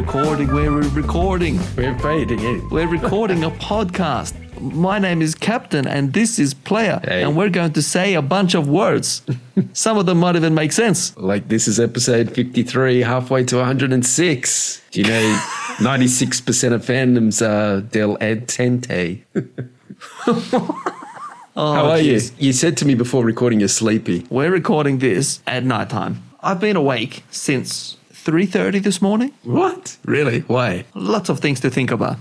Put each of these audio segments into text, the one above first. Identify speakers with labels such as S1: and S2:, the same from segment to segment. S1: We're recording.
S2: We're fading in.
S1: We're recording a podcast. My name is Captain, and this is Player,
S2: Hey.
S1: and we're going to say a bunch of words. Some of them might even make sense.
S2: Like this is episode 53, halfway to 106. Do you know 96% of fandoms are del ad tente?
S1: Oh,
S2: How are you?
S1: jeez.
S2: You said to me before recording you're sleepy.
S1: We're recording this at nighttime. I've been awake since 3:30 this morning.
S2: What? Really? Why?
S1: Lots of things to think about.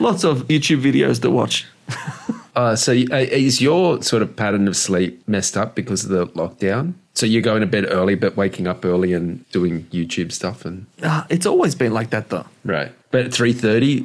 S1: Lots of YouTube videos to watch.
S2: Uh, so y- uh, is your sort of pattern of sleep messed up because of the lockdown? So you're going to bed early, but waking up early and doing YouTube stuff and
S1: Ah, It's always been like that though.
S2: right. But at three thirty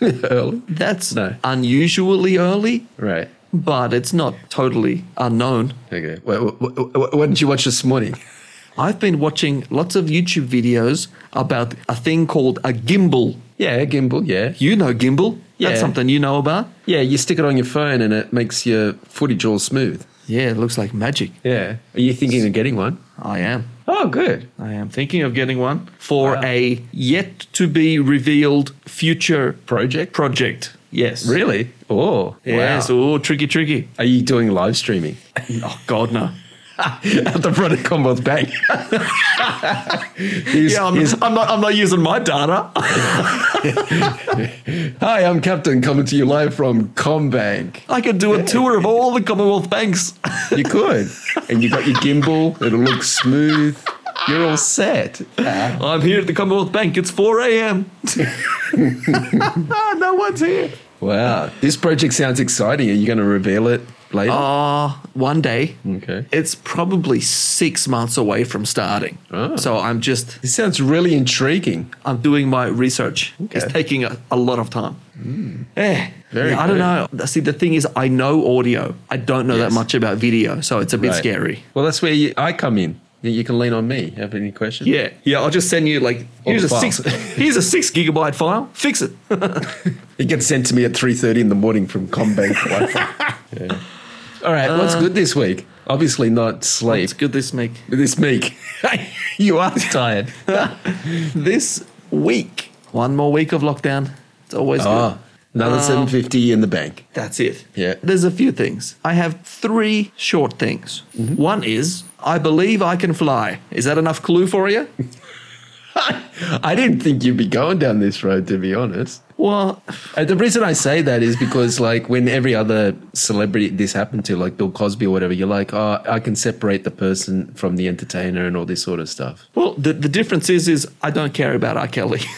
S2: early,
S1: That's
S2: No.
S1: unusually early,
S2: right?
S1: but it's not totally unknown.
S2: Okay. What, what, what, what did you watch this morning?
S1: I've been watching lots of YouTube videos about a thing called a gimbal.
S2: Yeah, a gimbal. Yeah,
S1: You know gimbal?
S2: Yeah.
S1: That's something you know about?
S2: yeah. You stick it on your phone and it makes your footage all smooth.
S1: Yeah, it looks like magic.
S2: Yeah. Are you thinking of getting one?
S1: I am.
S2: Oh, good.
S1: I am thinking of getting one for
S2: Wow.
S1: a yet to be revealed future
S2: Project.
S1: project. Yes.
S2: Really? Oh,
S1: Yes.
S2: wow.
S1: Oh, tricky, tricky.
S2: Are you doing live streaming
S1: Oh, God, no.
S2: at the front of Commonwealth Bank? Here's-
S1: Yeah, I'm,
S2: here's-
S1: I'm, not, I'm not using my data.
S2: Hi, I'm Captain coming to you live from Combank.
S1: I could do a tour of all the Commonwealth banks.
S2: You could. and you got your gimbal, it'll look smooth. You're all set. Ah,
S1: I'm here at the Commonwealth Bank. It's 4 a.m. no one's here.
S2: wow. This project sounds exciting. Are you going to reveal it later?
S1: Ah, one day.
S2: Okay.
S1: It's probably six months away from starting.
S2: Oh.
S1: So I'm just,
S2: This sounds really intriguing.
S1: I'm doing my research. It's
S2: Okay.
S1: taking a, a lot of time. Eh.
S2: Very
S1: Yeah, I
S2: good.
S1: don't know. See, the thing is, I know audio. I don't know
S2: Yes.
S1: that much about video, so it's a bit
S2: Right.
S1: scary.
S2: Well, that's where you, I come in. You- You can lean on me. Have any questions?
S1: Yeah, yeah. I'll just send you like
S2: All
S1: here's
S2: the
S1: a six.
S2: files.
S1: here's a six gigabyte file. Fix it.
S2: It gets sent to me at three thirty in the morning from Combank Wi-Fi. Yeah. All right.
S1: Uh,
S2: what's good this week? Obviously not sleep.
S1: it's good this week.
S2: This week, you are tired.
S1: This week, one more week of lockdown. It's always
S2: Ah,
S1: good. Uh.
S2: another seven fifty in the bank.
S1: That's it.
S2: Yeah.
S1: There's a few things. I have three short things.
S2: Mm-hmm.
S1: One is I believe I can fly. Is that enough clue for you?
S2: I didn't think you'd be going down this road, to be honest.
S1: Well,
S2: Uh, The reason I say that is because, like, when every other celebrity this happened to, like Bill Cosby or whatever, you're like, oh, I can separate the person from the entertainer and all this sort of stuff.
S1: well, the, the difference is is I don't care about R. Kelly.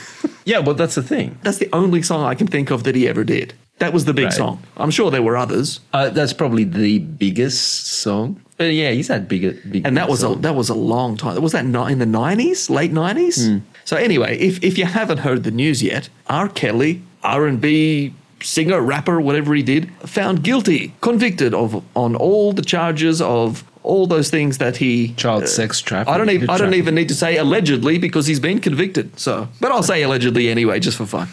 S2: Yeah, well, that's the thing.
S1: That's the only song I can think of that he ever did. That was the big
S2: Right.
S1: song. I'm sure there were others,
S2: Uh, that's probably the biggest song. But yeah, he's had bigger, big.
S1: and that was a
S2: songs.
S1: that was a long time. Was that ni- in the nineties, late nineties? So anyway, if if you haven't heard the news yet, R. Kelly, R and B singer, rapper, whatever he did, found guilty, convicted of on all the charges of all those things that he
S2: Child sex trafficking.
S1: Uh, I don't even I don't
S2: Trafficking.
S1: even need to say allegedly because he's been convicted. So, but I'll say allegedly anyway, just for fun.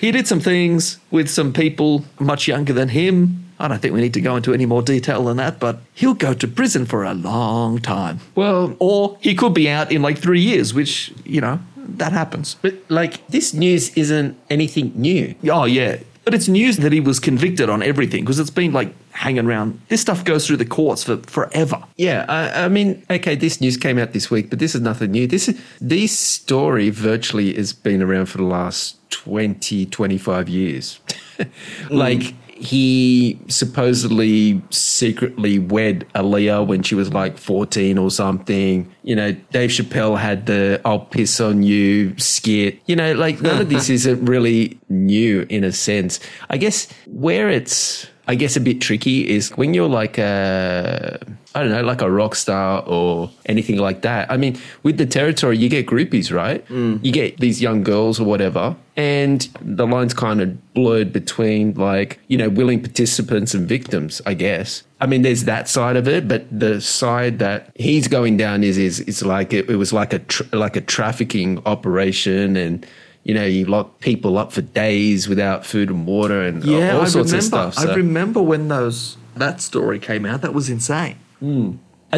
S1: he did some things with some people much younger than him. I don't think we need to go into any more detail than that, but he'll go to prison for a long time.
S2: Well,
S1: Or he could be out in like three years, which, you know, that happens.
S2: but like this news isn't anything new.
S1: Oh, yeah. But it's news that he was convicted on everything because it's been like hanging around. This stuff goes through the courts for forever.
S2: Yeah, I, I mean, okay, this news came out this week, but this is nothing new. This is this story virtually has been around for the last 20, 25 years. like he supposedly secretly wed Aaliyah when she was like 14 or something. You know, Dave Chappelle had the I'll piss on you skit. You know, like none of this isn't really new in a sense. I guess where it's I guess a bit tricky is when you're like a, I don't know, like a rock star or anything like that. I mean, with the territory, you get groupies, right? You get these young girls or whatever. And the line's kind of blurred between like, you know, willing participants and victims, I guess. I mean, there's that side of it, but the side that he's going down is, is, it's like, it, it was like a, tr like a trafficking operation and, you know, you lock people up for days without food and water and all sorts
S1: remember,
S2: of stuff. so-
S1: I remember when those that story came out. That was insane.
S2: And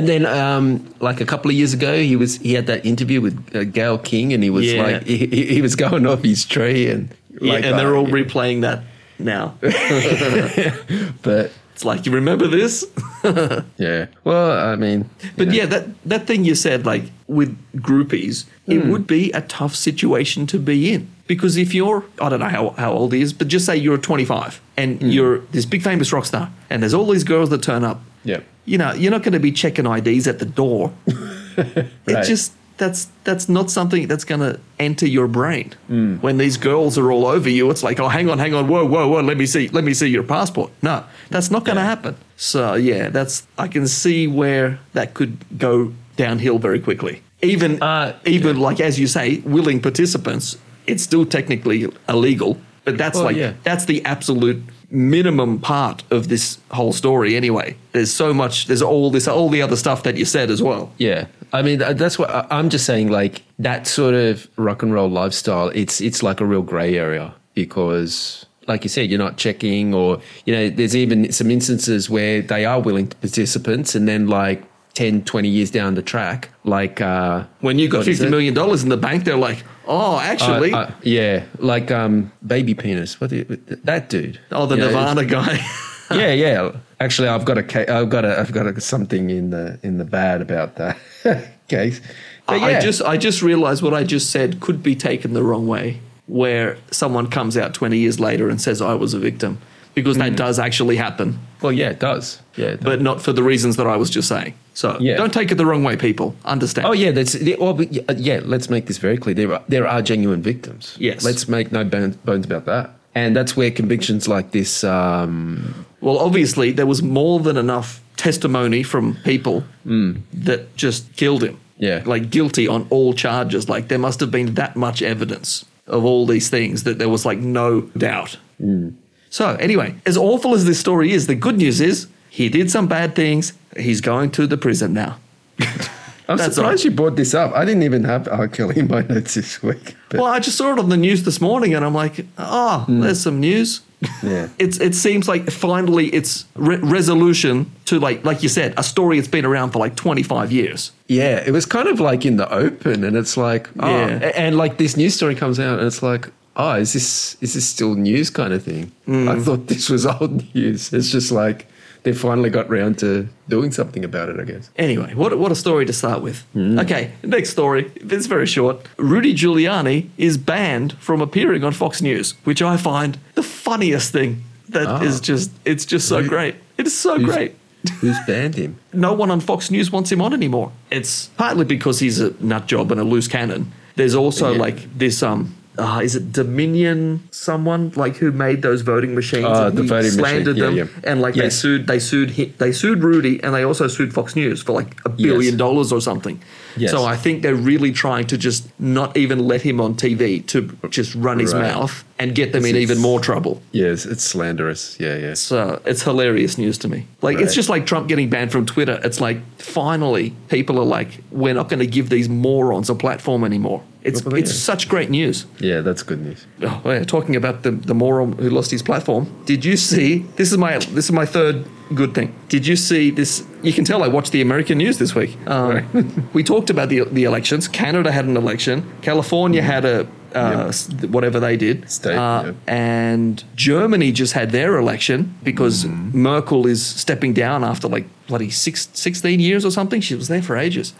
S2: then, um, like a couple of years ago, he was he had that interview with uh, Gail King, and he was
S1: Yeah.
S2: like he, he he was going off his tree, and
S1: Yeah,
S2: like,
S1: and
S2: uh,
S1: they're all replaying that now.
S2: but
S1: it's like you remember this,
S2: yeah. Well, I mean,
S1: but yeah, that that thing you said, like with groupies, it would be a tough situation to be in because if you're, I don't know how how old he is, but just say you're 25 and you're this big famous rock star, and there's all these girls that turn up.
S2: Yeah.
S1: you know, you're not going to be checking IDs at the door.
S2: Right.
S1: It just that's that's not something that's going to enter your brain.
S2: Mm.
S1: When these girls are all over you, it's like, oh, hang on, hang on, whoa, whoa, whoa, let me see, let me see your passport. No, that's not going to happen. So yeah, that's I can see where that could go downhill very quickly. Even
S2: Uh,
S1: even like as you say, willing participants, it's still technically illegal, but that's
S2: Oh,
S1: like
S2: yeah.
S1: that's the absolute minimum part of this whole story anyway there's so much there's all this all the other stuff that you said as well
S2: Yeah, I mean tha- that's what I- I'm just saying. Like that sort of rock and roll lifestyle, it's it's like a real grey area because, like you said, you're not checking, or you know, there's even some instances where they are willing participants, and then like 10, 20 years down the track, like uh,
S1: when you got
S2: What is
S1: fifty
S2: it?
S1: million dollars in the bank, they're like, "Oh, actually,
S2: uh, uh, yeah, like um, baby penis. What do you, that dude?
S1: oh, the
S2: You know, it's-
S1: Nirvana guy."
S2: yeah, yeah. Actually, I've got a ca- I've got a I've got a, something in the in the bad about that case. But
S1: I
S2: yeah.
S1: just, I just realized what I just said could be taken the wrong way, where someone comes out twenty years later and says, "I was a victim," because that does actually happen,
S2: well, yeah, it does. Yeah, Hmm. it does.
S1: but not for the reasons that I was just saying. So
S2: Yeah.
S1: don't take it the wrong way, people. Understand?
S2: Oh yeah, that's the- well, but, yeah, yeah. Let's make this very clear. There are there are genuine victims.
S1: Yes.
S2: Let's make no bones, bones about that. And that's where convictions like this. Um,
S1: Well, obviously, there was more than enough testimony from people that just killed him.
S2: Yeah.
S1: Like, guilty on all charges. Like, there must have been that much evidence of all these things that there was, like, no doubt. So, anyway, as awful as this story is, the good news is he did some bad things. He's going to the prison now.
S2: I'm
S1: That's
S2: surprised you brought this up. I didn't even have R. Kelly in my notes this week. But
S1: Well, I just saw it on the news this morning, and I'm like, oh, there's some news.
S2: Hmm. Yeah.
S1: it's it seems like finally it's re- resolution to like like you said a story that's been around for like 25 years.
S2: yeah, it was kind of like in the open, and it's like, oh,
S1: Yeah.
S2: a- and like this news story comes out, and it's like, oh, is this is this still news kind of thing?
S1: Mm.
S2: I thought this was old news. It's just like they finally got round to doing something about it. I guess.
S1: Anyway, what what a story to start with.
S2: Hmm.
S1: Okay, next story. It's very short. Rudy Giuliani is banned from appearing on Fox News, which I find the funniest thing. That
S2: Ah.
S1: is just it's just so
S2: Who-
S1: great. It is so great.
S2: Who's banned him?
S1: no one on Fox News wants him on anymore. It's partly because he's a nut job and a loose cannon. There's also
S2: Yeah.
S1: like this um uh, is it Dominion someone like who made those voting machines
S2: Ah,
S1: and
S2: the
S1: he
S2: voting machine.
S1: slandered
S2: Yeah,
S1: them
S2: yeah.
S1: and like they
S2: Yes.
S1: sued they sued hi- they sued Rudy and they also sued Fox News for like a billion dollars or something.
S2: Yes.
S1: So I think they're really trying to just not even let him on TV to just run his
S2: Right.
S1: mouth and get them in
S2: It's-
S1: even more trouble.
S2: Yes, it's slanderous. Yeah, yeah.
S1: It's uh, it's hilarious news to me. Like it's
S2: Right.
S1: just like Trump getting banned from Twitter. It's like finally people are like, we're not going to give these morons a platform anymore. It's
S2: Well,
S1: it's
S2: yeah.
S1: such great news.
S2: Yeah, that's good news.
S1: Oh, yeah, talking about the the moron who lost his platform. Did you see? This is my this is my third good thing. Did you see this? You can tell I watched the American news this week. Um, we talked about the the elections. Canada had an election. California had a. Uh,
S2: Yep.
S1: s- Whatever they did,
S2: State,
S1: Uh,
S2: yep.
S1: and Germany just had their election because
S2: Mm-hmm.
S1: Merkel is stepping down after like bloody six, 16 years or something. She was there for ages.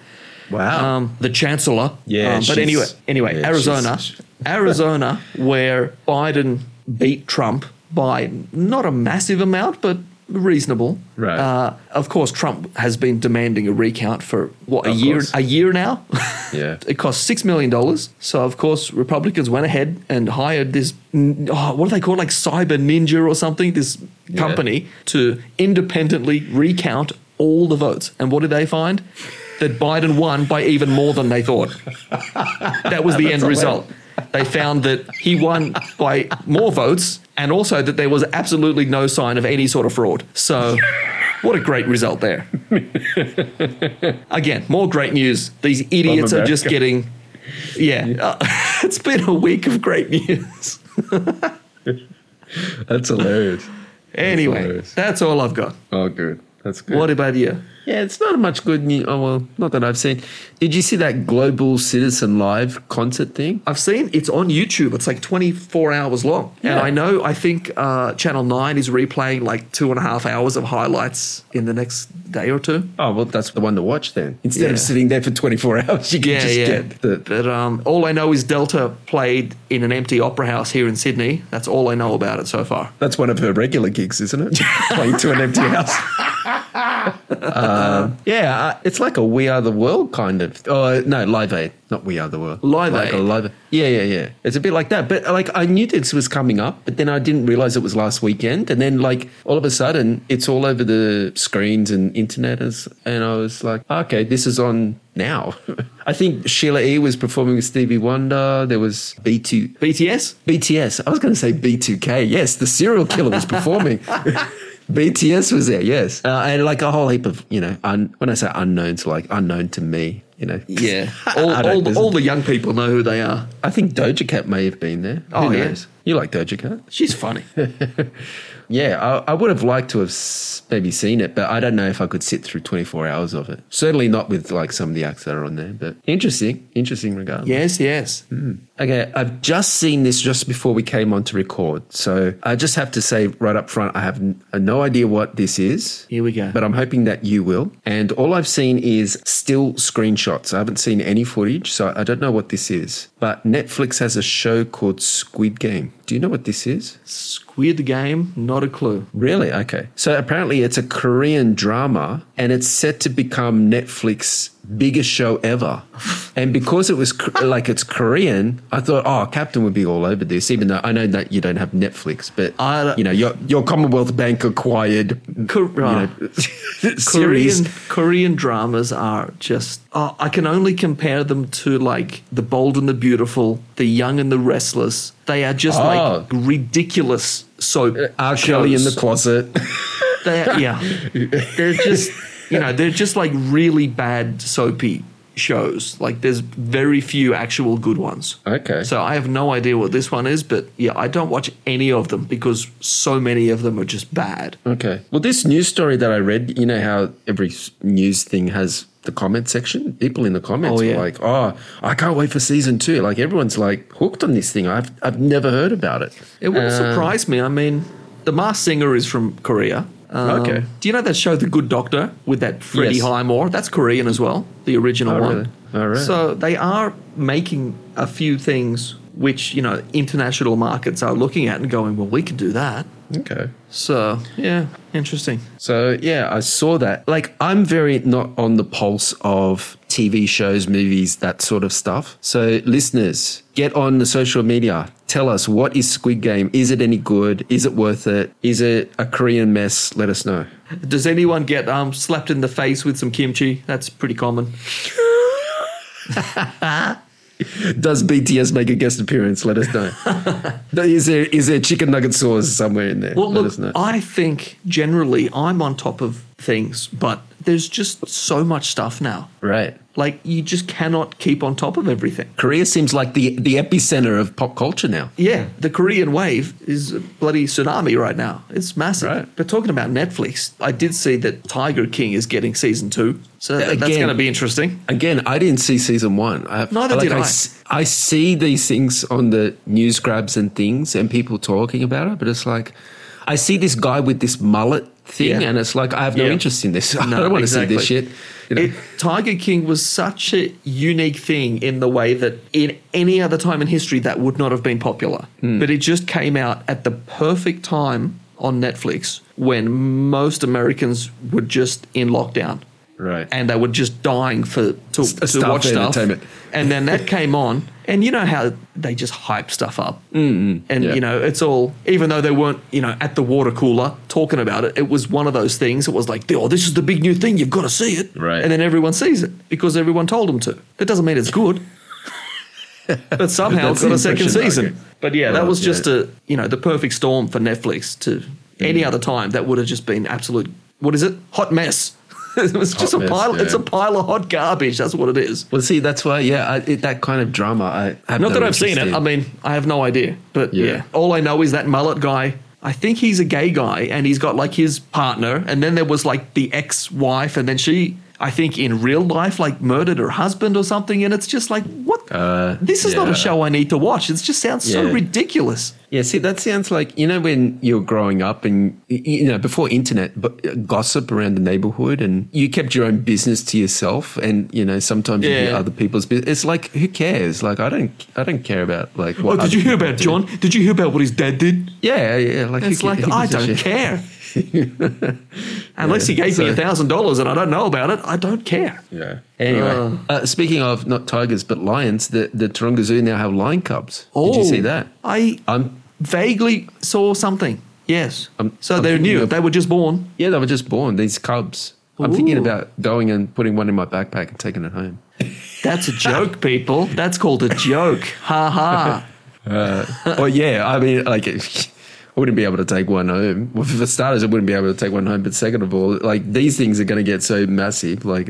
S2: Wow.
S1: Um, the chancellor.
S2: Yeah,
S1: Um, but
S2: she's-
S1: anyway, anyway,
S2: yeah,
S1: Arizona,
S2: she's-
S1: Arizona, where Biden beat Trump by not a massive amount, but reasonable.
S2: Right.
S1: Uh, of course, Trump has been demanding a recount for what a
S2: Of
S1: year
S2: course.
S1: a year now.
S2: Yeah.
S1: it cost six million dollars. So of course, Republicans went ahead and hired this. n- Oh, what do they call it? like Cyber Ninja or something? This company to independently recount all the votes. And what did they find? That Biden won by even more than they thought. That was the end result. They found that he won by more votes and also that there was absolutely no sign of any sort of fraud. So, what a great result there. Again, more great news. These idiots are just getting. Yeah. Uh, it's been a week of great news.
S2: that's hilarious.
S1: Anyway,
S2: hilarious.
S1: that's all I've got.
S2: Oh, good. That's good.
S1: What about you?
S2: Yeah, it's not much good news. Oh, well, not that I've seen. Did you see that Global Citizen Live concert thing?
S1: I've seen it's on YouTube. It's like 24 hours long. And
S2: Yeah.
S1: I know, I think uh, Channel 9 is replaying like two and a half hours of highlights in the next day or two.
S2: Oh, well, that's the one to watch then. Instead
S1: Yeah.
S2: of sitting there for 24 hours, you can
S1: Yeah,
S2: just
S1: yeah.
S2: get the.
S1: But um, all I know is Delta played in an empty opera house here in Sydney. That's all I know about it so far.
S2: That's one of her regular gigs, isn't it? Playing to an empty house. Uh, yeah, uh, it's like a We Are the World kind of. Oh no, Live Aid, not We Are the World.
S1: Live
S2: like A
S1: Aid.
S2: live, yeah, yeah, yeah. It's a bit like that. But like, I knew this was coming up, but then I didn't realize it was last weekend. And then like all of a sudden, it's all over the screens and internet, as- and I was like, okay, this is on now. I think Sheila E was performing with Stevie Wonder. There was B two
S1: BTS?
S2: BTS. I was going to say B2K. Yes, the serial killer was performing. BTS was there. Yes, uh, and like a whole heap of you know. Un- when I say unknowns, like unknown to me, you know.
S1: Yeah. All,
S2: I, don't-
S1: all, the,
S2: there's-
S1: all the young people know who they are.
S2: I think Doja Cat may have been there.
S1: Oh, yeah.
S2: You like Doja Cat?
S1: She's funny.
S2: Yeah, I, I would have liked to have s- maybe seen it, but I don't know if I could sit through 24 hours of it. Certainly not with like some of the acts that are on there, but interesting, interesting regardless.
S1: yes, yes.
S2: Okay, I've just seen this just before we came on to record. So I just have to say right up front, I have n- uh, no idea what this is.
S1: Here we go.
S2: But I'm hoping that you will. And all I've seen is still screenshots. I haven't seen any footage, so I don't know what this is. But Netflix has a show called Squid Game. Do you know what this is?
S1: Squid Game, not a clue.
S2: Really? Okay. So apparently it's a Korean drama and it's set to become Netflix biggest show ever. And because it was K- like it's Korean, I thought, oh, Captain would be all over this, even though I know that you don't have Netflix, but
S1: I don't-
S2: you know, your, your Commonwealth Bank acquired
S1: Cor-
S2: you know, series.
S1: Korean Korean dramas are just uh, I can only compare them to like The Bold and the Beautiful, The Young and the Restless. They are just
S2: Oh. Uh,
S1: like ridiculous soap
S2: R. Kelly in
S1: shows.
S2: the closet.
S1: They're, yeah, they're just you know they're just like really bad soapy shows. Like there's very few actual good ones.
S2: Okay.
S1: So I have no idea what this one is, but yeah, I don't watch any of them because so many of them are just bad.
S2: Okay. Well, this news story that I read, you know how every s- news thing has the comment section? People in the comments
S1: Oh, yeah.
S2: were like, oh, I can't wait for season two. Like, everyone's like hooked on this thing. I've, I've never heard about it.
S1: It wouldn't
S2: Uh,
S1: surprise me. I mean, the Masked Singer is from Korea. Um,
S2: Okay.
S1: Do you know that show, The Good Doctor, with that Freddie
S2: Yes.
S1: Highmore? That's Korean as well, the original
S2: Oh,
S1: one.
S2: really? Oh, really?
S1: So they are making a few things which you know international markets are looking at and going, well, we can do that.
S2: Okay.
S1: So yeah, interesting.
S2: So, yeah, I saw that. Like, I'm very not on the pulse of TV shows, movies, that sort of stuff. So, listeners, get on the social media. Tell us what is Squid Game? Is it any good? Is it worth it? Is it a Korean mess? Let us know.
S1: Does anyone get um, slapped in the face with some kimchi? That's pretty common.
S2: Does BTS make a guest appearance? Let us know. is there is there chicken nugget sauce somewhere in there?
S1: Well,
S2: Let
S1: look,
S2: us know.
S1: I think generally I'm on top of things, but there's just so much stuff now.
S2: right.
S1: Like you just cannot keep on top of everything.
S2: Korea seems like the the epicenter of pop culture now.
S1: Yeah, the Korean wave is a bloody tsunami right now. It's massive.
S2: Right.
S1: But talking about Netflix, I did see that Tiger King is getting season two, so that- that's
S2: Again.
S1: going to be interesting.
S2: Again, I didn't see season one. I,
S1: Neither did I.
S2: s- I see these things on the news grabs and things, and people talking about it, but it's like, I see this guy with this mullet thing,
S1: Yeah.
S2: and it's like I have no
S1: Yeah.
S2: interest in this. I
S1: No,
S2: don't want to see
S1: exactly.
S2: this shit. You know?
S1: It, Tiger King was such a unique thing in the way that in any other time in history that would not have been popular.
S2: Hmm.
S1: But it just came out at the perfect time on Netflix when most Americans were just in lockdown.
S2: Right.
S1: And they were just dying for to,
S2: a
S1: to
S2: stuff
S1: watch stuff.
S2: entertainment.
S1: And then that came on. And you know how they just hype stuff up. mm And,
S2: Mm-hmm. yeah.
S1: you know, it's all, even though they weren't, you know, at the water cooler talking about it, it was one of those things. It was like, oh, this is the big new thing. You've got to see it.
S2: Right.
S1: And then everyone sees it because everyone told them to. That doesn't mean it's good. but somehow it
S2: That's
S1: got
S2: the
S1: a second
S2: impression I
S1: season.
S2: get.
S1: But yeah, that
S2: Well,
S1: was just
S2: yeah. Mm.
S1: a, you know, the perfect storm for Netflix to any other time. That would have just been absolute, what is it? Hot mess. it was just a
S2: mess,
S1: pile. It's a
S2: yeah.
S1: pile of hot garbage. That's what it is.
S2: well, see, that's why, yeah, I, it, that kind of drama. I have
S1: Not
S2: no
S1: that I've seen
S2: interest
S1: it.
S2: in.
S1: I mean, I have no idea. But yeah.
S2: Yeah.
S1: all I know is that mullet guy I think he's a gay guy and he's got like his partner, and then there was like the ex wife, and then she, I think in real life, like murdered her husband or something. And it's just like, what?
S2: Uh,
S1: this is not
S2: yeah.
S1: a show I need to watch. It just sounds so
S2: Yeah.
S1: ridiculous.
S2: Yeah, see, that sounds like you know when you're growing up and y- you know before internet, but uh, gossip around the neighborhood, and you kept your own business to yourself, and you know sometimes you hear
S1: Yeah.
S2: other people's business. It's like who cares? Like I don't, I don't care about like what.
S1: Oh, did
S2: other
S1: you hear
S2: people
S1: about
S2: do.
S1: John? Did you hear about what his dad did?
S2: Yeah, yeah. Like who
S1: It's
S2: ca-
S1: like,
S2: who
S1: I
S2: gives a
S1: don't
S2: shit?
S1: care. Unless he gave me
S2: so-
S1: a thousand dollars and I don't know about it, I don't care.
S2: Yeah.
S1: Oh.
S2: Anyway, uh, speaking of not tigers but lions, the the Taronga Zoo now have lion cubs. Did you
S1: Oh.
S2: see that?
S1: Uh, I
S2: I'm-
S1: vaguely saw something. Yes.
S2: I'm-
S1: so
S2: I'm
S1: they're
S2: thinking
S1: new.
S2: of-
S1: they were just born.
S2: Yeah, they were just born these cubs. I'm thinking
S1: Ooh.
S2: about going and putting one in my backpack and taking it home.
S1: That's a joke, people. That's called a joke. ha ha.
S2: well, yeah, I mean, like, I wouldn't be able to take one home. Well, for starters, I wouldn't be able to take one home. But second of all, like, these things are going to get so massive. Like,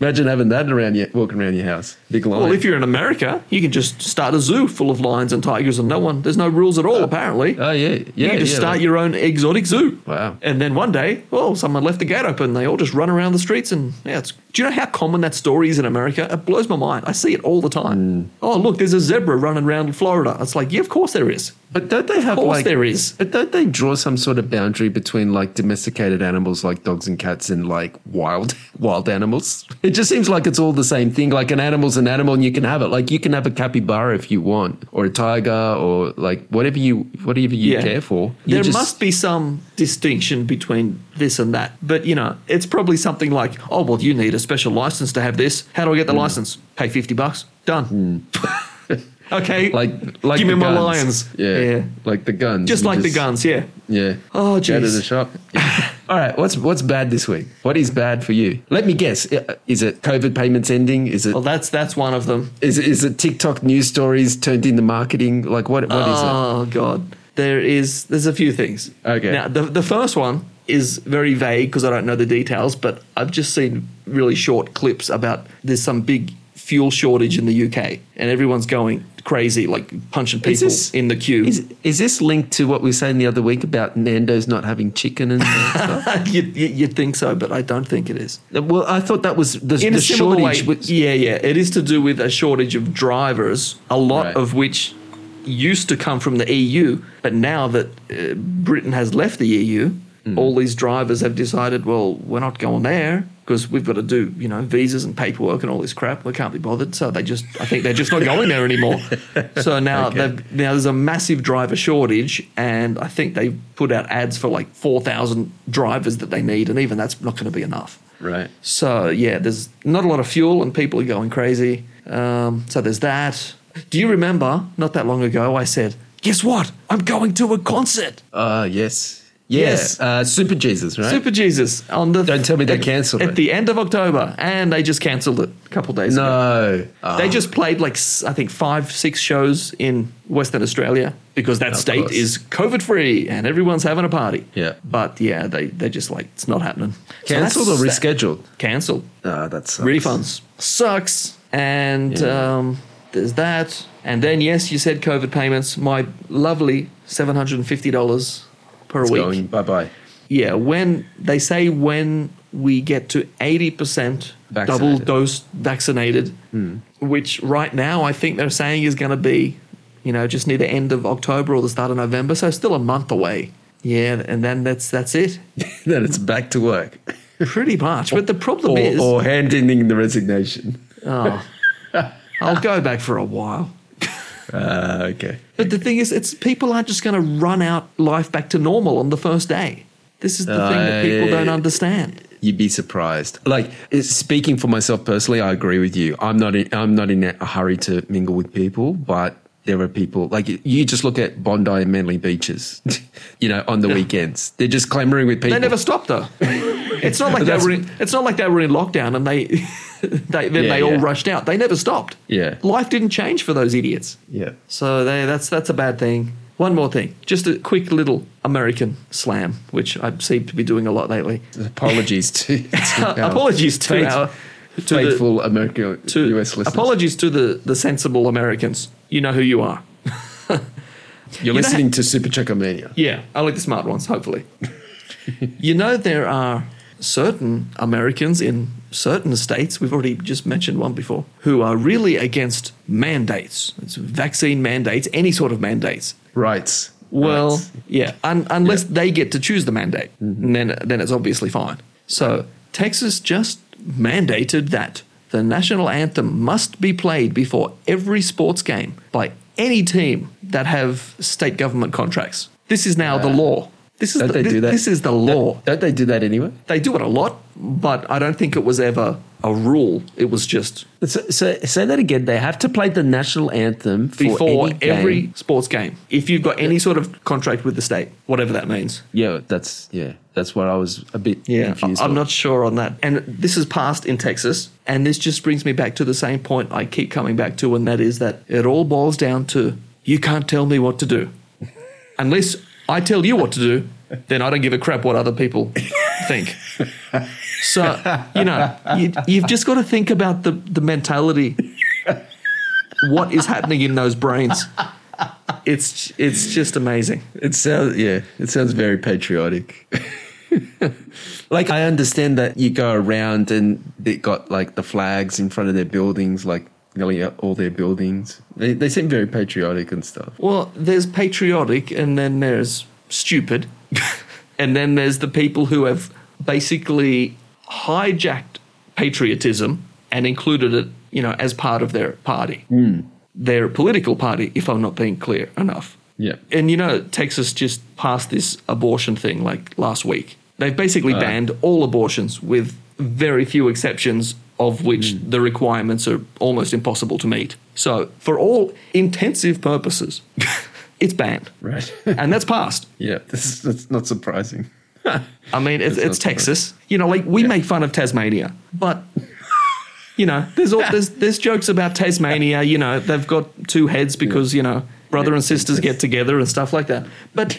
S2: imagine having that around you, walking around your house, big lion.
S1: Well, if you're in America, you can just start a zoo full of lions and tigers and no one. There's no rules at all, apparently.
S2: oh yeah,
S1: you
S2: yeah,
S1: can just
S2: yeah,
S1: start
S2: like-
S1: your own exotic zoo.
S2: Wow.
S1: And then one day, oh, someone left the gate open. They all just run around the streets. And yeah, it's, do you know how common that story is in America? It blows my mind. I see it all the time. Oh, look, there's a zebra running around Florida. It's like, yeah, of course there is.
S2: But don't they have
S1: course
S2: like
S1: there is.
S2: But don't they draw some sort of boundary between like domesticated animals like dogs and cats and like wild wild animals? It just seems like it's all the same thing. Like an animal's an animal and you can have it. Like you can have a capybara if you want, or a tiger, or like whatever you whatever you
S1: Yeah.
S2: care for. You
S1: there
S2: just-
S1: must be some distinction between this and that. But, you know, it's probably something like, oh, well, you need a special license to have this. How do I get
S2: Hmm.
S1: the license? Pay 50 bucks. Done. okay.
S2: like like
S1: give
S2: the
S1: me my
S2: guns.
S1: lions.
S2: Yeah, like the guns.
S1: Just
S2: You
S1: like the guns, yeah.
S2: Yeah.
S1: Oh,
S2: Go to
S1: jeez.
S2: the shop. Yeah. All right. What's what's bad this week? What is bad for you? Let me guess. Is it COVID payments ending? Is it
S1: Well, that's that's one of them.
S2: Is it, is it TikTok news stories turned into marketing? Like what? What is it?
S1: Oh god, there is. There's a few things.
S2: Okay.
S1: Now the the first one is very vague because I don't know the details, but I've just seen really short clips about there's some big fuel shortage in the UK and everyone's going crazy, like punching people
S2: this-
S1: in the queue.
S2: Is is this linked to what we were saying the other week about Nando's not having chicken and stuff?
S1: you'd, you'd you'd think so, but I don't think it is.
S2: well, I thought that was the,
S1: in
S2: the
S1: a similar
S2: shortage.
S1: way.
S2: was-
S1: Yeah, yeah. It is to do with a shortage of drivers, a lot
S2: Right.
S1: of which used to come from the EU, but now that uh, Britain has left the EU, all these drivers have decided, well, we're not going there because we've got to do, you know, visas and paperwork and all this crap. We can't be bothered. So they just, I think they're just not going there anymore. So now
S2: Okay.
S1: they've, now there's a massive driver shortage, and I think they put out ads for like four thousand drivers that they need, and even that's not going to be enough.
S2: Right.
S1: So yeah, there's not a lot of fuel and people are going crazy. Um, so there's that. Do you remember not that long ago I said, guess what? I'm going to a concert.
S2: Uh, yes. Yeah.
S1: Yes.
S2: Uh, Super Jesus, right?
S1: Super Jesus on the
S2: Don't tell me they
S1: at-
S2: cancelled
S1: at,
S2: it.
S1: the end of October, and they just cancelled it a couple days ago.
S2: no. Ah,
S1: They just played like s- I think five, six shows in Western Australia because that
S2: Of
S1: state
S2: course.
S1: is COVID free and everyone's having a party.
S2: Yeah.
S1: but yeah, they they just like it's not happening. So that's
S2: cancelled or
S1: sad.
S2: rescheduled?
S1: Cancelled.
S2: Ah, that's
S1: refunds sucks and
S2: Yeah.
S1: um, there's that and then yes you said covid payments my lovely $750 per week
S2: Going bye bye.
S1: yeah when they say when we get to 80% double
S2: Vaccinated. Hmm.
S1: dose vaccinated which right now i think they're saying is going to be you know just near the end of october or the start of november so still a month away yeah and then that's that's it
S2: then it's back to work.
S1: pretty much but the problem
S2: Or,
S1: is
S2: or hand ending the resignation.
S1: Oh. I'll go back for a while.
S2: Uh, okay.
S1: But the thing is, it's people aren't just going to run out life back to normal on the first day. This is the thing that people don't
S2: Uh,
S1: understand.
S2: you'd be surprised. Like speaking for myself personally, I agree with you. I'm not in, I'm not in a hurry to mingle with people, but there are people like you just look at Bondi and Manly beaches, you know, on the weekends. They're just clamoring with people.
S1: They never stopped though. It's not like they
S2: That's-
S1: were. In, it's not like they were in lockdown and they, they then
S2: Yeah,
S1: they all
S2: yeah.
S1: rushed out. They never stopped.
S2: Yeah.
S1: life didn't change for those idiots.
S2: yeah.
S1: So they, that's that's a bad thing. One more thing, just a quick little American slam, which I seem to be doing a lot lately.
S2: Apologies to, to our
S1: Apologies to
S2: faith-
S1: our to the-
S2: faithful American
S1: to-
S2: US listeners.
S1: Apologies to the, the sensible Americans. You know who you are.
S2: You're
S1: You know
S2: listening to Super Checkomania.
S1: Yeah, I like the smart ones, hopefully. you know, there are certain Americans in certain states, we've already just mentioned one before, who are really against mandates. It's vaccine mandates, any sort of mandates.
S2: Right.
S1: Well,
S2: Right. Mm-hmm.
S1: yeah, un- unless they get to choose the mandate, and then then it's obviously fine. So Texas just mandated that the national anthem must be played before every sports game by any team that have state government contracts. This is now the law. This is
S2: Don't
S1: the,
S2: they
S1: thi-
S2: do that?
S1: This is the law.
S2: Don't they do that anyway?
S1: They do it a lot, but I don't think it was ever a rule. It was just
S2: So, so say that again. They have to play the national anthem for
S1: before
S2: any game.
S1: every sports game. If you've got any sort of contract with the state, whatever that means.
S2: Yeah, that's yeah. That's what I was a bit
S1: Yeah,
S2: confused.
S1: I- I'm
S2: on.
S1: not sure on that. And this is passed in Texas, and this just brings me back to the same point I keep coming back to, and that is that it all boils down to you can't tell me what to do. Unless I tell you what to do, then I don't give a crap what other people think. So, you know, you, you've just got to think about the, the mentality. What is happening in those brains? It's it's just amazing.
S2: It sounds yeah, it sounds very patriotic. like I understand that you go around and they got like the flags in front of their buildings, like nearly all their buildings. They they seem very patriotic and stuff.
S1: Well, there's patriotic, and then there's stupid, and then there's the people who have basically hijacked patriotism and included it, you know, as part of their party, their political party. If I'm not being clear enough.
S2: Yeah.
S1: And you know, Texas just passed this abortion thing like last week. They've basically banned all abortions with very few exceptions, of which the requirements are almost impossible to meet. So, for all intensive purposes, it's banned.
S2: Right.
S1: and that's passed.
S2: Yeah, this is that's not surprising.
S1: I mean, it's, it's
S2: That's not surprising.
S1: Texas. You know, like we make fun of Tasmania, but. You know, there's all there's there's jokes about Tasmania. You know, they've got two heads because you know brother and sisters get together and stuff like that. But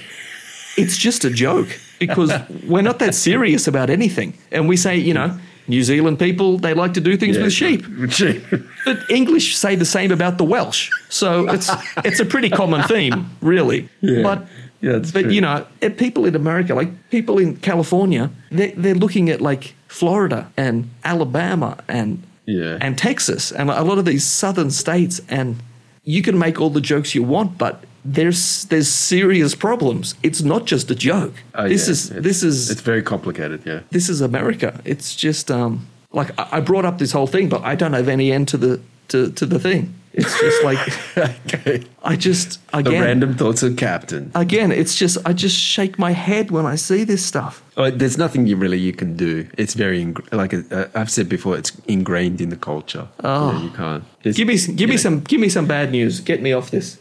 S1: it's just a joke because we're not that serious about anything. And we say, you know, New Zealand people, they like to do things
S2: Yeah.
S1: with sheep.
S2: Sheep.
S1: But English say the same about the Welsh. So it's it's a pretty common theme, really.
S2: Yeah.
S1: But
S2: Yeah, it's
S1: but
S2: true.
S1: you know, eh, people in America, like people in California, they they're looking at like Florida and Alabama and
S2: Yeah.
S1: and Texas and a lot of these southern states and you can make all the jokes you want, but there's there's serious problems. It's not just a joke.
S2: Oh,
S1: this
S2: yeah,
S1: is
S2: it's-
S1: this is
S2: it's very complicated, yeah.
S1: this is America. It's just um, like I I brought up this whole thing, but I don't have any end to the to, to the thing. It's just like
S2: okay.
S1: I just
S2: The
S1: again
S2: random thoughts of Captain.
S1: again. It's just I just shake my head when I see this stuff.
S2: Oh, there's nothing you really you can do. It's very ing- like uh, I've said before. It's ingrained in the culture.
S1: Oh.
S2: you, know, you can't. It's-
S1: Give me some, give me
S2: you know.
S1: some give me some bad news. Get me off this.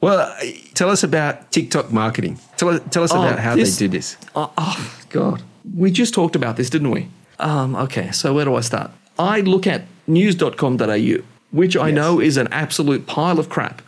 S2: Well, tell us about TikTok marketing. Tell us, tell us
S1: Oh,
S2: about how
S1: this-
S2: they do this.
S1: Oh, oh, God. We just talked about this, didn't we? Um, okay, so where do I start? I look at news.com.au, which I
S2: Yes.
S1: know is an absolute pile of crap,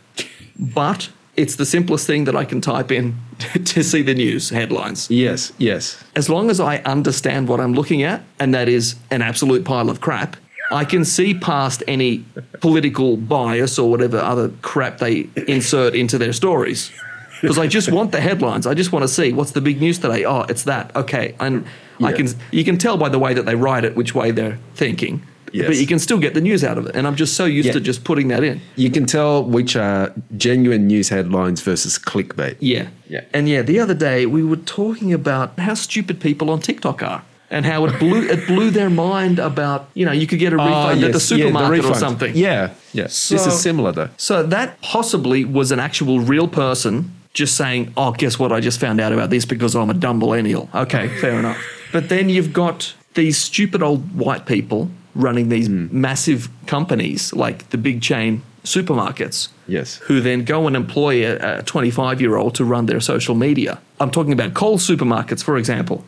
S1: but it's the simplest thing that I can type in to see the news headlines.
S2: Yes, yes.
S1: As long as I understand what I'm looking at, and that is an absolute pile of crap, I can see past any political bias or whatever other crap they insert into their stories. Because I just want the headlines. I just want to see what's the big news today. Oh, it's that. Okay, and I
S2: Yeah.
S1: can. You can tell by the way that they write it which way they're thinking. But
S2: Yes.
S1: you can still get the news out of it. And I'm just so used
S2: Yeah.
S1: to just putting that in.
S2: You can tell which are genuine news headlines versus clickbait.
S1: Yeah.
S2: Yeah.
S1: And yeah, the other day we were talking about how stupid people on TikTok are and how it blew it blew their mind about, you know, you could get a
S2: Ah,
S1: refund at Oh, the
S2: yes, yeah,
S1: supermarket or
S2: refund.
S1: something.
S2: Yeah, yeah. this
S1: So-
S2: is similar though.
S1: So that possibly was an actual real person just saying, "Oh, guess what? I just found out about this because I'm a dumb millennial." Okay, fair enough. But then you've got these stupid old white people running these
S2: Hmm.
S1: massive companies like the big chain supermarkets.
S2: Yes.
S1: Who then go and employ a a 25-year-old to run their social media. I'm talking about Coles supermarkets, for example.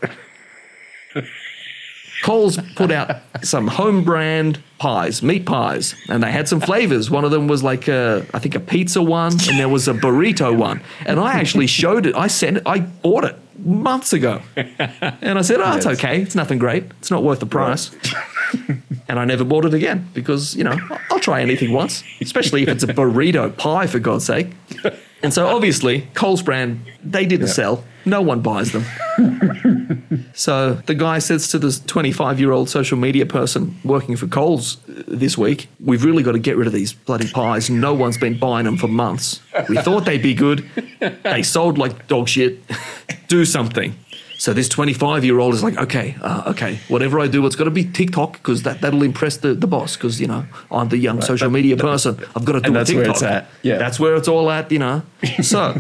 S1: Coles put out some home brand pies, meat pies, and they had some flavors. One of them was like a, I think a pizza one, and there was a burrito one. And I actually showed it. I sent it. I bought it months ago, and I said, "Oh, it's
S2: Yes.
S1: okay. It's nothing great. It's not worth the price." and I never bought it again because you know I'll try anything once, especially if it's a burrito pie for God's sake. And so obviously Coles brand they didn't sell. No one buys them. So the guy says to this 25 year old social media person working for Coles uh, this week, We've really got to get rid of these bloody pies. No one's been buying them for months. We thought they'd be good. They sold like dog shit. do something. So this 25 year old is like, Okay, uh, okay, whatever I do, it's got to be TikTok because that, that'll impress the, the boss because, you know, I'm the young social media person. I've got to do
S2: And
S1: a
S2: that's where
S1: TikTok.
S2: it's at. Yeah.
S1: That's where it's all at, you know. So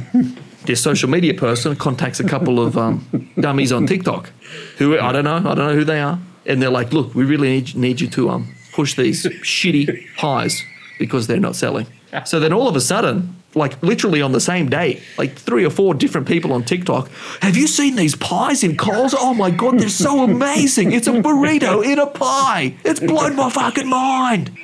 S1: this social media person contacts a couple of um, dummies on TikTok, who I don't know, I don't know who they are, and they're like, "Look, we really need, need you to um, push these shitty pies because they're not selling." So then all of a sudden, like literally on the same day, like three or four different people on TikTok, have you seen these pies in Coles? Oh my god, they're so amazing! It's a burrito in a pie. It's blown my fucking mind.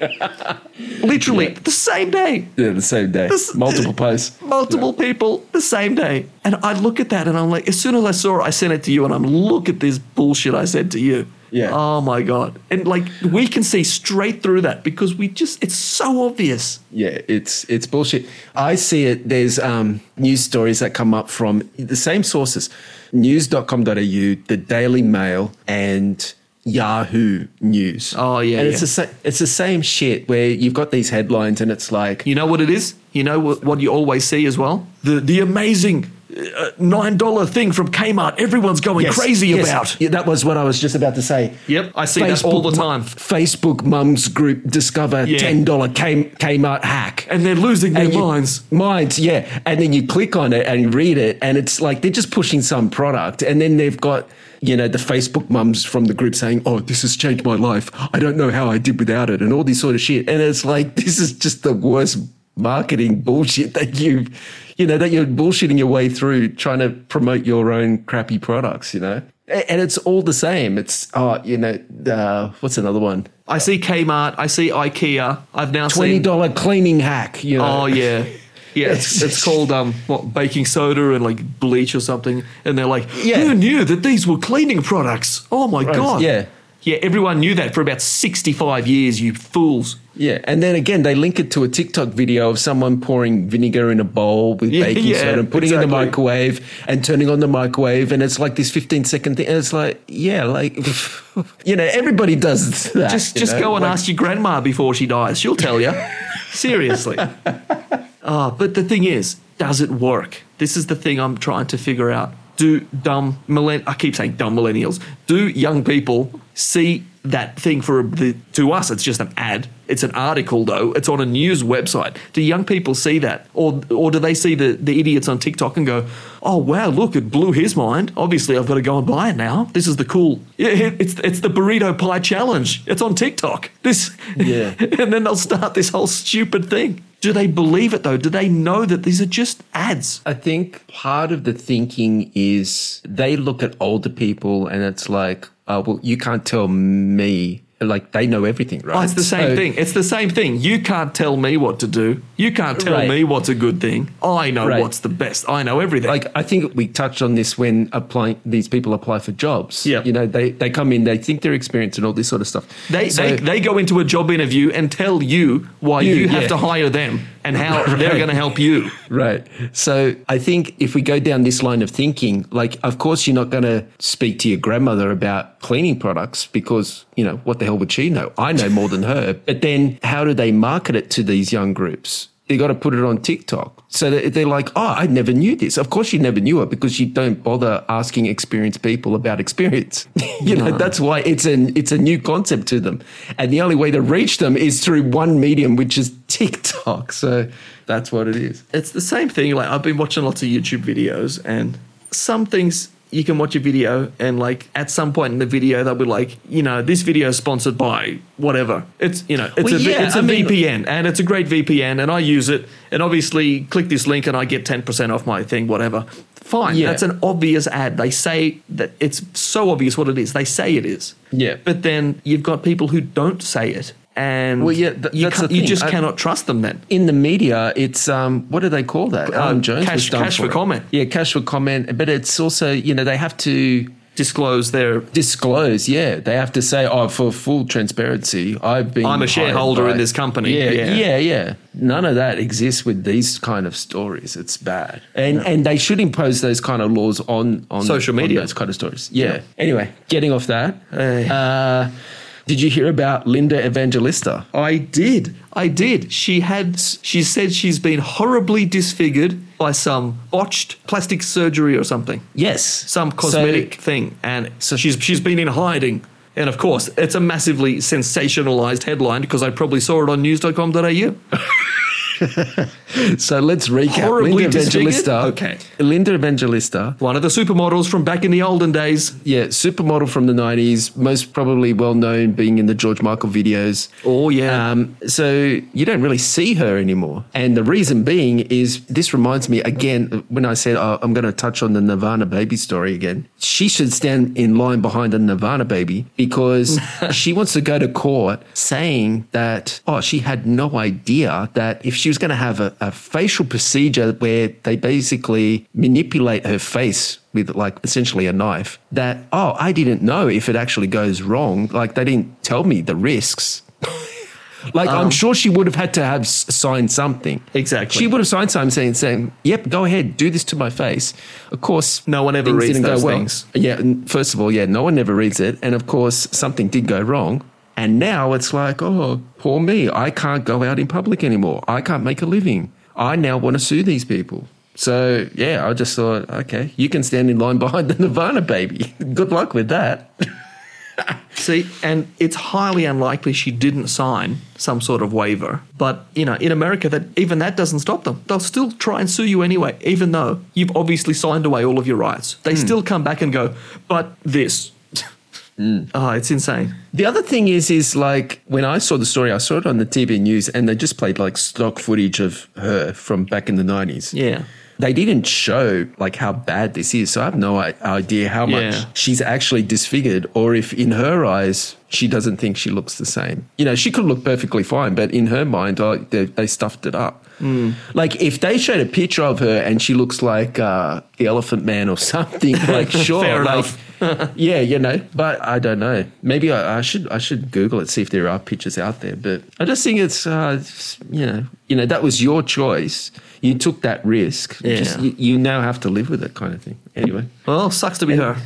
S1: Literally the same day
S2: Yeah, the same day.
S1: This-
S2: Multiple posts.
S1: multiple people the same day. And I look at that and I'm like, as soon as I saw it, I sent it to you and I'm look at this bullshit I said to you.
S2: Yeah.
S1: Oh my God. And like we can see straight through that because we just it's so obvious.
S2: Yeah, it's it's bullshit. I see it. There's um, news stories that come up from the same sources: news.com.au, the Daily Mail, and Yahoo News.
S1: Oh, yeah,
S2: and it's
S1: yeah.
S2: the sa- it's the same shit where you've got these headlines and it's like
S1: You know what it is? You know what, what you always see as well? The the amazing uh, $9 thing from Kmart everyone's going
S2: Yes,
S1: crazy
S2: yes.
S1: about.
S2: Yeah, that was what I was just about to say.
S1: Yep, I see that all the
S2: mu-
S1: time.
S2: Facebook mums group discover
S1: Yeah.
S2: ten dollar K- Kmart hack,
S1: And they're losing their
S2: And you-
S1: minds.
S2: Minds, yeah. And then you click on it and you read it, and it's like they're just pushing some product. And then they've got, you know, the Facebook mums from the group saying, Oh, this has changed my life. I don't know how I did without it, and all this sort of shit. And it's like, this is just the worst marketing bullshit that you've, you know, that you're bullshitting your way through trying to promote your own crappy products, you know? A- And it's all the same. It's, oh, you know, uh, what's another one?
S1: I see Kmart, I see IKEA. I've now seen
S2: $20 cleaning hack, you know?
S1: Oh yeah. Yeah, it's, it's called um, what baking soda and like bleach or something, and they're like,
S2: Yeah.
S1: "Who knew that these were cleaning products? Oh my god!"
S2: yeah.
S1: yeah, everyone knew that for about sixty-five years. You fools!
S2: Yeah, and then again, they link it to a TikTok video of someone pouring vinegar in a bowl with
S1: Yeah,
S2: baking
S1: yeah,
S2: soda and putting it in the
S1: exactly.
S2: microwave and turning on the microwave, and it's like this 15 second thing. And it's like, yeah, like, you know, everybody does that.
S1: Just
S2: Ah, you
S1: just
S2: know?
S1: go and
S2: Like,
S1: ask your grandma before she dies; she'll tell you. Seriously. Ah, but the thing is, does it work? This is the thing I'm trying to figure out. Do dumb millenn I keep saying dumb millennials. Do young people see that thing for the to us it's just an ad. It's an article though. It's on a news website. Do young people see that or or do they see the the idiots on TikTok and go, "Oh wow, look, it blew his mind. Obviously, I've got to go and buy it now. This is the cool. Yeah, it- It's it's the burrito pie challenge. It's on TikTok. This
S2: Yeah.
S1: and then they'll start this whole stupid thing. Do they believe it though? Do they know that these are just ads?
S2: I think part of the thinking is they look at older people and it's like, oh, well, you can't tell me. Like, they know everything, right?
S1: Oh, it's the same
S2: So-
S1: thing. It's the same thing. You can't tell me what to do. You can't tell
S2: Right.
S1: me what's a good thing. I know
S2: Right.
S1: what's the best. I know everything.
S2: like I think we touched on this when applying these people apply for jobs.
S1: Yeah.
S2: You know, they, they come in, they think they're experienced and all this sort of stuff.
S1: they,
S2: So-
S1: they, they go into a job interview and tell you why you,
S2: You,
S1: have
S2: yeah.
S1: to hire them and how they're going to help you.
S2: Right. So I think if we go down this line of thinking, like, of course, you're not going to speak to your grandmother about cleaning products because, you know, what the hell would she know? I know more than her. But then how do they market it to these young groups? They got to put it on TikTok. So they- they're like, oh, I never knew this. Of course, you never knew it because you don't bother asking experienced people about experience. you know, that's why it's an it's a new concept to them, and the only way to reach them is through one medium, which is TikTok. So that's what it is.
S1: It's the same thing. Like I've been watching lots of YouTube videos and some things you can watch a video and like at some point in the video they'll be like, you know, this video is sponsored by whatever. It's you know, it's
S2: Well,
S1: a vi-
S2: yeah,
S1: it's a
S2: I mean-
S1: VPN and it's a great VPN and I use it and obviously click this link and I get ten percent off my thing, whatever. Fine.
S2: Yeah.
S1: That's an obvious ad. They say that it's so obvious what it is. They say it is.
S2: Yeah.
S1: But then you've got people who don't say it. And
S2: Well, yeah, th-
S1: you,
S2: that's the
S1: can't- you
S2: thing.
S1: just
S2: I-
S1: cannot trust them then.
S2: in the media, it's um, what do they call that?
S1: Uh,
S2: Alan Jones
S1: cash-
S2: was done
S1: cash for
S2: it.
S1: comment.
S2: Yeah, cash for comment. But it's also you know they have to
S1: Disclose their
S2: disclose. Yeah, they have to say, oh, for full transparency, I've been.
S1: I'm a
S2: hired
S1: shareholder
S2: by-"
S1: in this company.
S2: Yeah,
S1: Yeah.
S2: yeah, yeah, None of that exists with these kind of stories. It's bad, and and they should impose those kind of laws on on
S1: Social
S2: on
S1: media.
S2: those kind of stories. Yeah. Anyway, getting off that. Uh, did you hear about Linda Evangelista?
S1: I did. I did. She had. She said she's been horribly disfigured by some botched plastic surgery or something,
S2: Yes,
S1: some
S2: So-
S1: cosmetic thing, and so she's she's been in hiding. And of course, it's a massively sensationalized headline because I probably saw it on news.com.au.
S2: So let's recap.
S1: Horribly
S2: Linda Evangelista.
S1: disfigured? Okay.
S2: Linda Evangelista.
S1: One of the supermodels from back in the olden days.
S2: Yeah, supermodel from the 90s, most probably well known being in the George Michael videos.
S1: Oh, yeah.
S2: Um, so you don't really see her anymore. And the reason being is this reminds me again when I said oh, I'm going to touch on the Nirvana baby story again. She should stand in line behind the Nirvana baby because she wants to go to court saying that, oh, she had no idea that if she was going to have a, a facial procedure where they basically manipulate her face with like essentially a knife that oh i didn't know if it actually goes wrong like they didn't tell me the risks like, I'm sure she would have had to have s- signed something.
S1: Um, Exactly.
S2: She would have signed something saying, saying, yep, go ahead, do this to my face. Of course,
S1: No one ever
S2: things
S1: reads
S2: didn't go
S1: those
S2: well.
S1: things.
S2: Yeah, n- first of all, yeah, no one ever reads it. And of course, something did go wrong. And now it's like, oh, poor me. I can't go out in public anymore. I can't make a living. I now want to sue these people. So, yeah, I just thought, okay, you can stand in line behind the Nirvana baby. Good luck with that.
S1: See, and it's highly unlikely she didn't sign some sort of waiver. But you know, in America, that even that doesn't stop them. They'll still try and sue you anyway, even though you've obviously signed away all of your rights. They still come back and go, but this. Oh, it's insane.
S2: The other thing is, is like when I saw the story, I saw it on the TV news, and they just played like stock footage of her from back in the nineties.
S1: Yeah.
S2: They didn't show like how bad this is, so I have no i- idea how much
S1: Yeah.
S2: she's actually disfigured, or if in her eyes she doesn't think she looks the same. You know, she could look perfectly fine, but in her mind, oh, they, they stuffed it up.
S1: Mm.
S2: Like if they showed a picture of her and she looks like uh, the Elephant Man or something, like sure,
S1: Fair
S2: like,
S1: enough.
S2: yeah, you know, but I don't know. Maybe I, I should I should Google it, see if there are pictures out there. But I just think it's uh, it's, you know you know that was your choice. You took that risk.
S1: Yeah.
S2: Just, you, you now have to live with it, kind of thing. Anyway,
S1: Well, sucks to be her.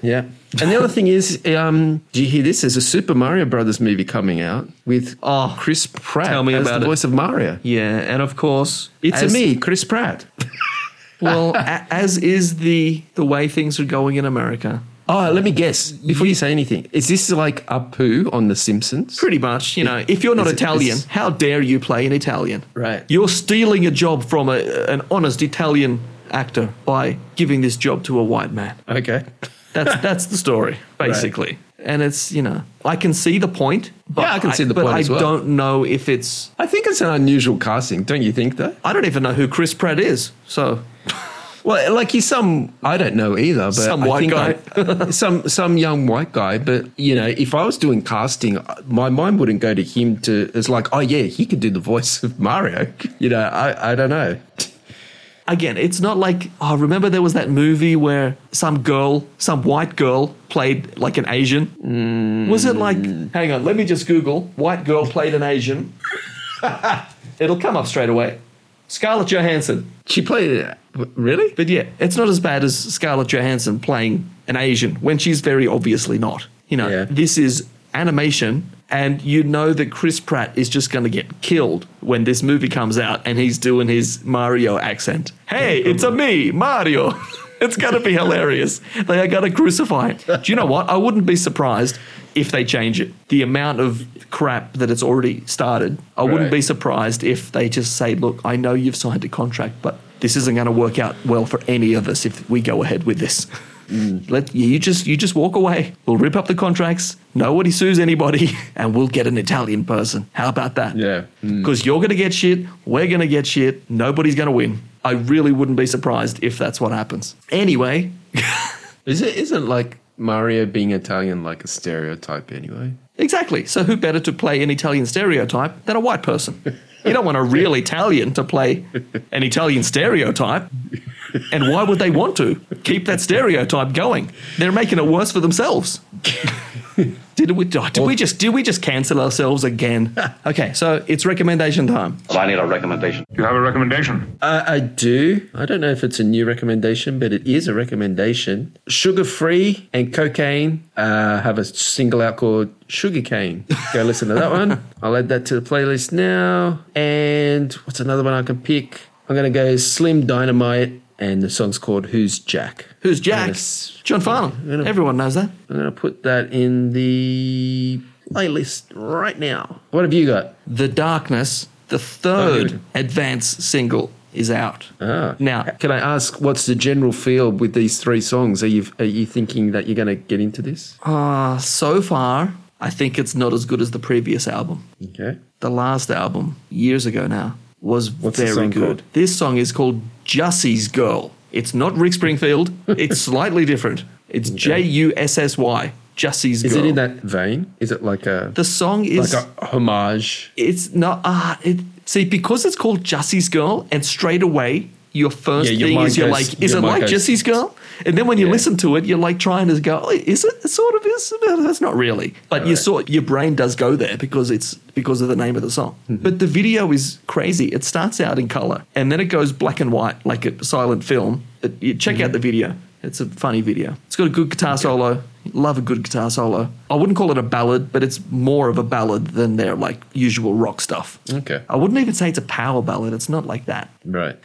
S2: yeah. And the other thing is, um, do you hear this? There's a Super Mario Brothers movie coming out with
S1: Oh,
S2: Chris Pratt
S1: tell me
S2: as
S1: about
S2: the
S1: it.
S2: voice of Mario.
S1: Yeah, and of course,
S2: It's
S1: as-
S2: a me, Chris Pratt.
S1: Well, a- as is the the way things are going in America.
S2: Oh, let me guess. Before you say anything, is this like a poo on The Simpsons?
S1: Pretty much, you know, if you're not
S2: It's-
S1: Italian,
S2: it's-
S1: how dare you play an Italian?
S2: Right.
S1: You're stealing a job from a, an honest Italian actor by giving this job to a white man.
S2: Okay.
S1: That's that's the story basically. And it's, you know, I can see the point, but
S2: Yeah, I can see the
S1: but
S2: point
S1: I
S2: as well.
S1: don't know if it's
S2: I think it's an unusual casting, don't you think, though?
S1: I don't even know who Chris Pratt is. So,
S2: Well, like he's some I don't know either, but
S1: Some
S2: I
S1: white
S2: think I- some some young white guy. But you know, if I was doing casting, my mind wouldn't go to him. To it's like, oh yeah, he could do the voice of Mario. You know, I I don't know.
S1: again, it's not like oh, remember there was that movie where some girl, some white girl played like an Asian? Was it like Hang on, let me just Google white girl played an Asian. It'll come up straight away. Scarlett Johansson.
S2: She played it really.
S1: But yeah, it's not as bad as Scarlett Johansson playing an Asian when she's very obviously not. You know,
S2: Yeah.
S1: this is animation, and you know that Chris Pratt is just going to get killed when this movie comes out and he's doing his Mario accent. Hey, it's a me, Mario. It's going to be hilarious. They are going to crucify it. Do you know what? I wouldn't be surprised if they change it. The amount of crap that it's already started, I wouldn't
S2: Right.
S1: be surprised if they just say, look, I know you've signed a contract, but this isn't going to work out well for any of us if we go ahead with this. Let you just you just walk away. We'll rip up the contracts. Nobody sues anybody, and we'll get an Italian person. How about that?
S2: Yeah.
S1: Because you're going to get shit. We're going to get shit. Nobody's going to win. I really wouldn't be surprised if that's what happens. Anyway,
S2: Is it isn't like Mario being Italian like a stereotype anyway?
S1: Exactly. So who better to play an Italian stereotype than a white person? You don't want a real Italian to play an Italian stereotype. And why would they want to keep that stereotype going? They're making it worse for themselves. did we did we just did we just cancel ourselves again? Okay, so it's recommendation time.
S3: I need a recommendation.
S4: You have a recommendation?
S2: Uh, I do. I don't know if it's a new recommendation, but it is a recommendation. Sugar free and cocaine uh, have a single out called Sugarcane. Go listen to that one. I'll add that to the playlist now. And what's another one I can pick? I'm going to go Slim Dynamite, and the song's called Who's Jack?
S1: Who's Jack?
S2: Yes.
S1: John Farnham. Everyone knows that.
S2: I'm going to put that in the playlist right now. What have you got?
S1: The Darkness, the third advance single, is out.
S2: Ah.
S1: Now,
S2: Can I ask what's the general feel with these three songs? Are you are you thinking that you're going to get into this?
S1: Uh, so far, I think it's not as good as the previous album.
S2: Okay.
S1: The last album, years ago now, was
S2: the
S1: very
S2: song
S1: good.
S2: called?
S1: This song is called Jussie's Girl. It's not Rick Springfield, it's slightly different. It's J U S S Y, Jussie's
S2: Is
S1: Girl.
S2: it in that vein? Is it like a
S1: the song
S2: like
S1: is.
S2: a homage?
S1: it's not. Ah, it, see, because it's called Jussie's Girl, and straight away, your first
S2: Yeah, your
S1: thing
S2: mind
S1: is you're
S2: goes-
S1: like, is
S2: your
S1: it
S2: mind
S1: like
S2: goes-
S1: Jussie's Girl? And then when you
S2: Yeah.
S1: listen to it, you're like trying to go, oh, is it? It sort of is. No, that's not really. But you
S2: Right.
S1: sort your brain does go there because it's because of the name of the song.
S2: Mm-hmm.
S1: But the video is crazy. It starts out in color and then it goes black and white like a silent film. It- you check
S2: Mm-hmm.
S1: out the video. It's a funny video. It's got a good guitar solo. Love a good guitar solo. I wouldn't call it a ballad, but it's more of a ballad than their like usual rock stuff.
S2: Okay.
S1: I wouldn't even say it's a power ballad. It's not like that.
S2: Right.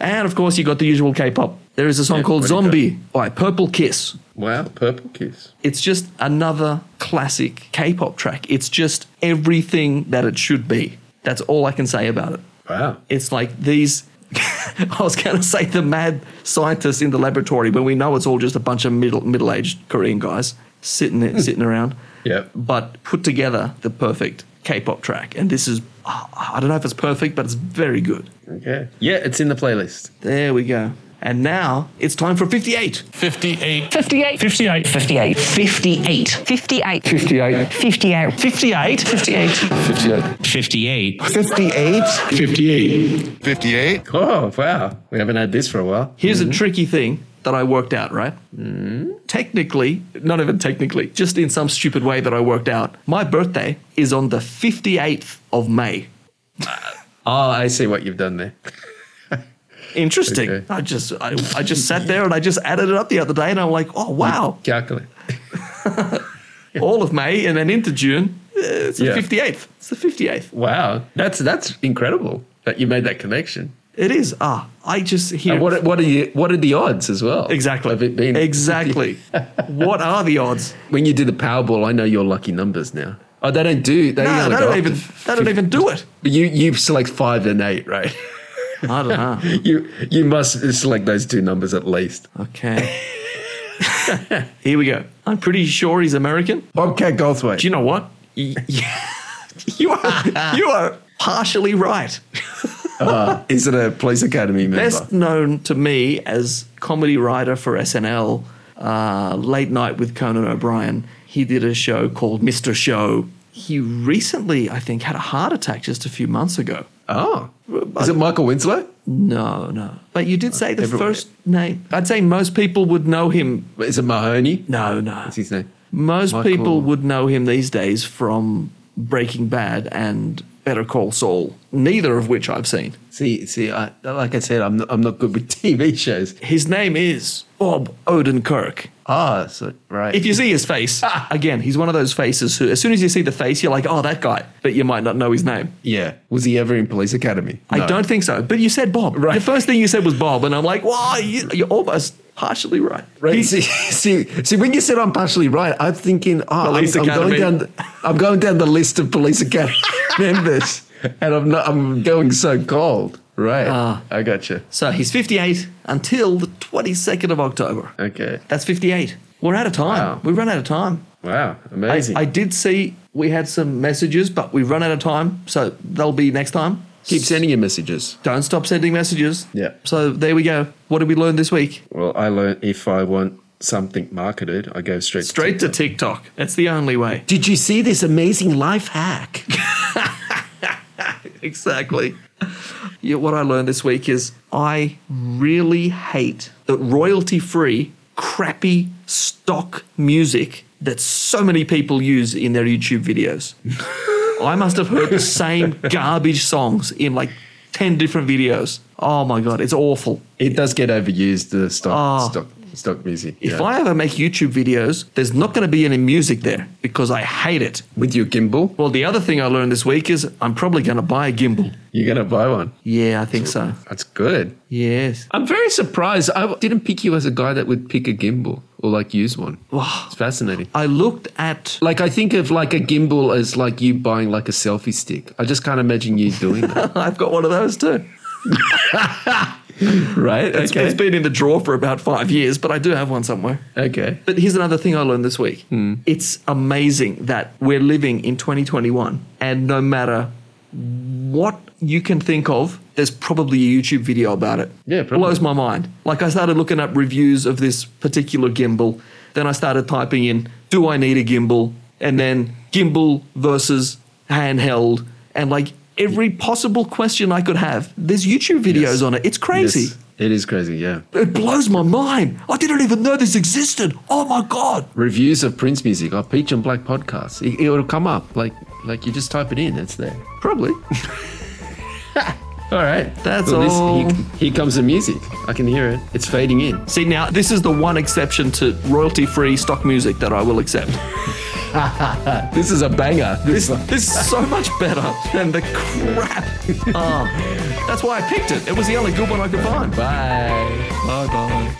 S1: And of course, you got the usual K-pop. There is a song
S2: Yeah,
S1: called
S2: what do you
S1: Zombie by Purple Kiss.
S2: Wow. Purple Kiss.
S1: It's just another classic K-pop track. It's just everything that it should be. That's all I can say about it.
S2: Wow.
S1: It's like these. I was going to say the mad scientists in the laboratory when we know it's all just a bunch of middle middle-aged Korean guys sitting there, sitting around.
S2: Yep.
S1: But put together the perfect K-pop track, and this is oh, I don't know if it's perfect, but it's very good.
S2: Okay. Yeah, it's in the playlist.
S1: There we go. And now it's time for 58.
S4: 58.
S5: 58. 58. 58. 58. 58. 58. 58. 58.
S6: 58.
S5: 58.
S4: 58.
S2: Oh wow. We haven't had this for a while.
S1: Here's a tricky thing that I worked out, right?
S2: Mm-hmm.
S1: Technically, not even technically, just in some stupid way that I worked out, my birthday is on the 58th of May.
S2: Oh, I see what you've done there.
S1: Interesting.
S2: Okay.
S1: I just I, I just sat there and I just added it up the other day and I'm like, oh wow,
S2: Calculate.
S1: all of May and then into June. eh, It's the
S2: Yeah.
S1: 58th. It's the 58th.
S2: Wow. That's that's incredible that you made that connection.
S1: It is. Ah, I just hear
S2: And what what are you what are the odds as well?
S1: exactly.
S2: Of it being
S1: exactly. what are the odds?
S2: When you do the Powerball, I know your lucky numbers now. Oh, they don't do. They,
S1: No,
S2: only
S1: they
S2: go up
S1: don't
S2: to
S1: even they don't
S2: 50.
S1: even do it.
S2: But you you select five and eight, right?
S1: I don't know.
S2: you you must select those two numbers at least.
S1: Okay. Here we go. I'm pretty sure he's American.
S2: Bobcat Goldthwait.
S1: Do you know what? Y- y- you are you are partially right.
S2: Uh, is it a police academy member?
S1: Best known to me as comedy writer for SNL, uh, Late Night with Conan O'Brien. He did a show called Mr. Show. He recently, I think, had a heart attack just a few months ago.
S2: Oh, is it Michael Winslow?
S1: No, no. But you did say the
S2: Everyone-
S1: first name. I'd say most people would know him.
S2: Is it Mahoney?
S1: No, no.
S2: What's his name?
S1: Most
S2: Michael-
S1: people would know him these days from Breaking Bad and Better Call Saul, neither of which I've seen.
S2: See, see, I, like I said, I'm not, I'm not good with TV shows.
S1: His name is Bob Odenkirk.
S2: Ah, so right.
S1: If you see his face, again, he's one of those faces who, as soon as you see the face, you're like, oh, that guy, but you might not know his name.
S2: yeah, was he ever in police academy?
S1: I don't think so, but you said Bob.
S2: Right.
S1: The first thing you said was Bob, and I'm like, wow, you, you're almost partially right.
S2: Right.
S1: He's-
S2: See, see, see, when you said I'm partially right, I'm thinking, oh, I'm-
S1: Police
S2: I'm,
S1: Academy.
S2: going down, the, I'm going down the list of police academy members, and I'm not, I'm going so cold. Right.
S1: Ah.
S2: I gotcha.
S1: So he's 58 until the 22nd of October.
S2: Okay.
S1: That's 58. We're out of time.
S2: Wow.
S1: We've run out of time.
S2: Wow.
S1: I,
S2: Amazing.
S1: I did see we had some messages, but we've run out of time. So they'll be next time.
S2: Keep sending your messages.
S1: Don't stop sending messages.
S2: Yeah.
S1: So there we go. What did we learn this week?
S2: Well, I learned if I want something marketed, I go straight
S1: Straight to TikTok. That's the only way.
S2: Did you see this amazing life hack?
S1: exactly. Yeah, what I learned this week is I really hate the royalty free, crappy stock music that so many people use in their YouTube videos. I must have heard the same garbage songs in like 10 different videos. Oh my God, it's awful.
S2: It does get overused, the stock
S1: Oh.
S2: stock stock music.
S1: If
S2: yeah.
S1: I ever make YouTube videos, there's not going to be any music there because I hate it.
S2: with your gimbal,
S1: Well, the other thing I learned this week is I'm probably going to buy a gimbal.
S2: you're gonna buy one.
S1: Yeah, I think so.
S2: That's good.
S1: Yes.
S2: I'm very surprised. I w- didn't pick you as a guy that would pick a gimbal or like use one.
S1: Wow.
S2: It's fascinating.
S1: I looked at
S2: Like I think of like a gimbal as like you buying like a selfie stick. I just can't imagine you doing that.
S1: I've got one of those too.
S2: right?
S1: It's-
S2: Okay.
S1: it's been in the drawer for about five years, but I do have one somewhere.
S2: okay.
S1: But here's another thing I learned this week.
S2: Hmm.
S1: It's amazing that we're living in 2021, and no matter what you can think of, there's probably a YouTube video about it.
S2: Yeah, probably.
S1: blows my mind. Like I started looking up reviews of this particular gimbal, then I started typing in, "Do I need a gimbal?" and then gimbal versus handheld, and like every possible question I could have. There's YouTube videos
S2: Yes.
S1: on it. It's crazy.
S2: Yes. It is crazy, yeah.
S1: It blows my mind. I didn't even know this existed. Oh my god.
S2: Reviews of Prince music or Peach and Black podcasts. It, it'll come up like like you just type it in. It's there.
S1: Probably.
S2: All right.
S1: That's
S2: this-
S1: all.
S2: here, here comes the music. I can hear it. It's fading in.
S1: See, now this is the one exception to royalty free stock music that I will accept.
S2: This is a banger.
S1: This, this is so much better than the crap. Oh, Um, that's why I picked it. It was the only good one I could find.
S2: Bye.
S1: Bye bye.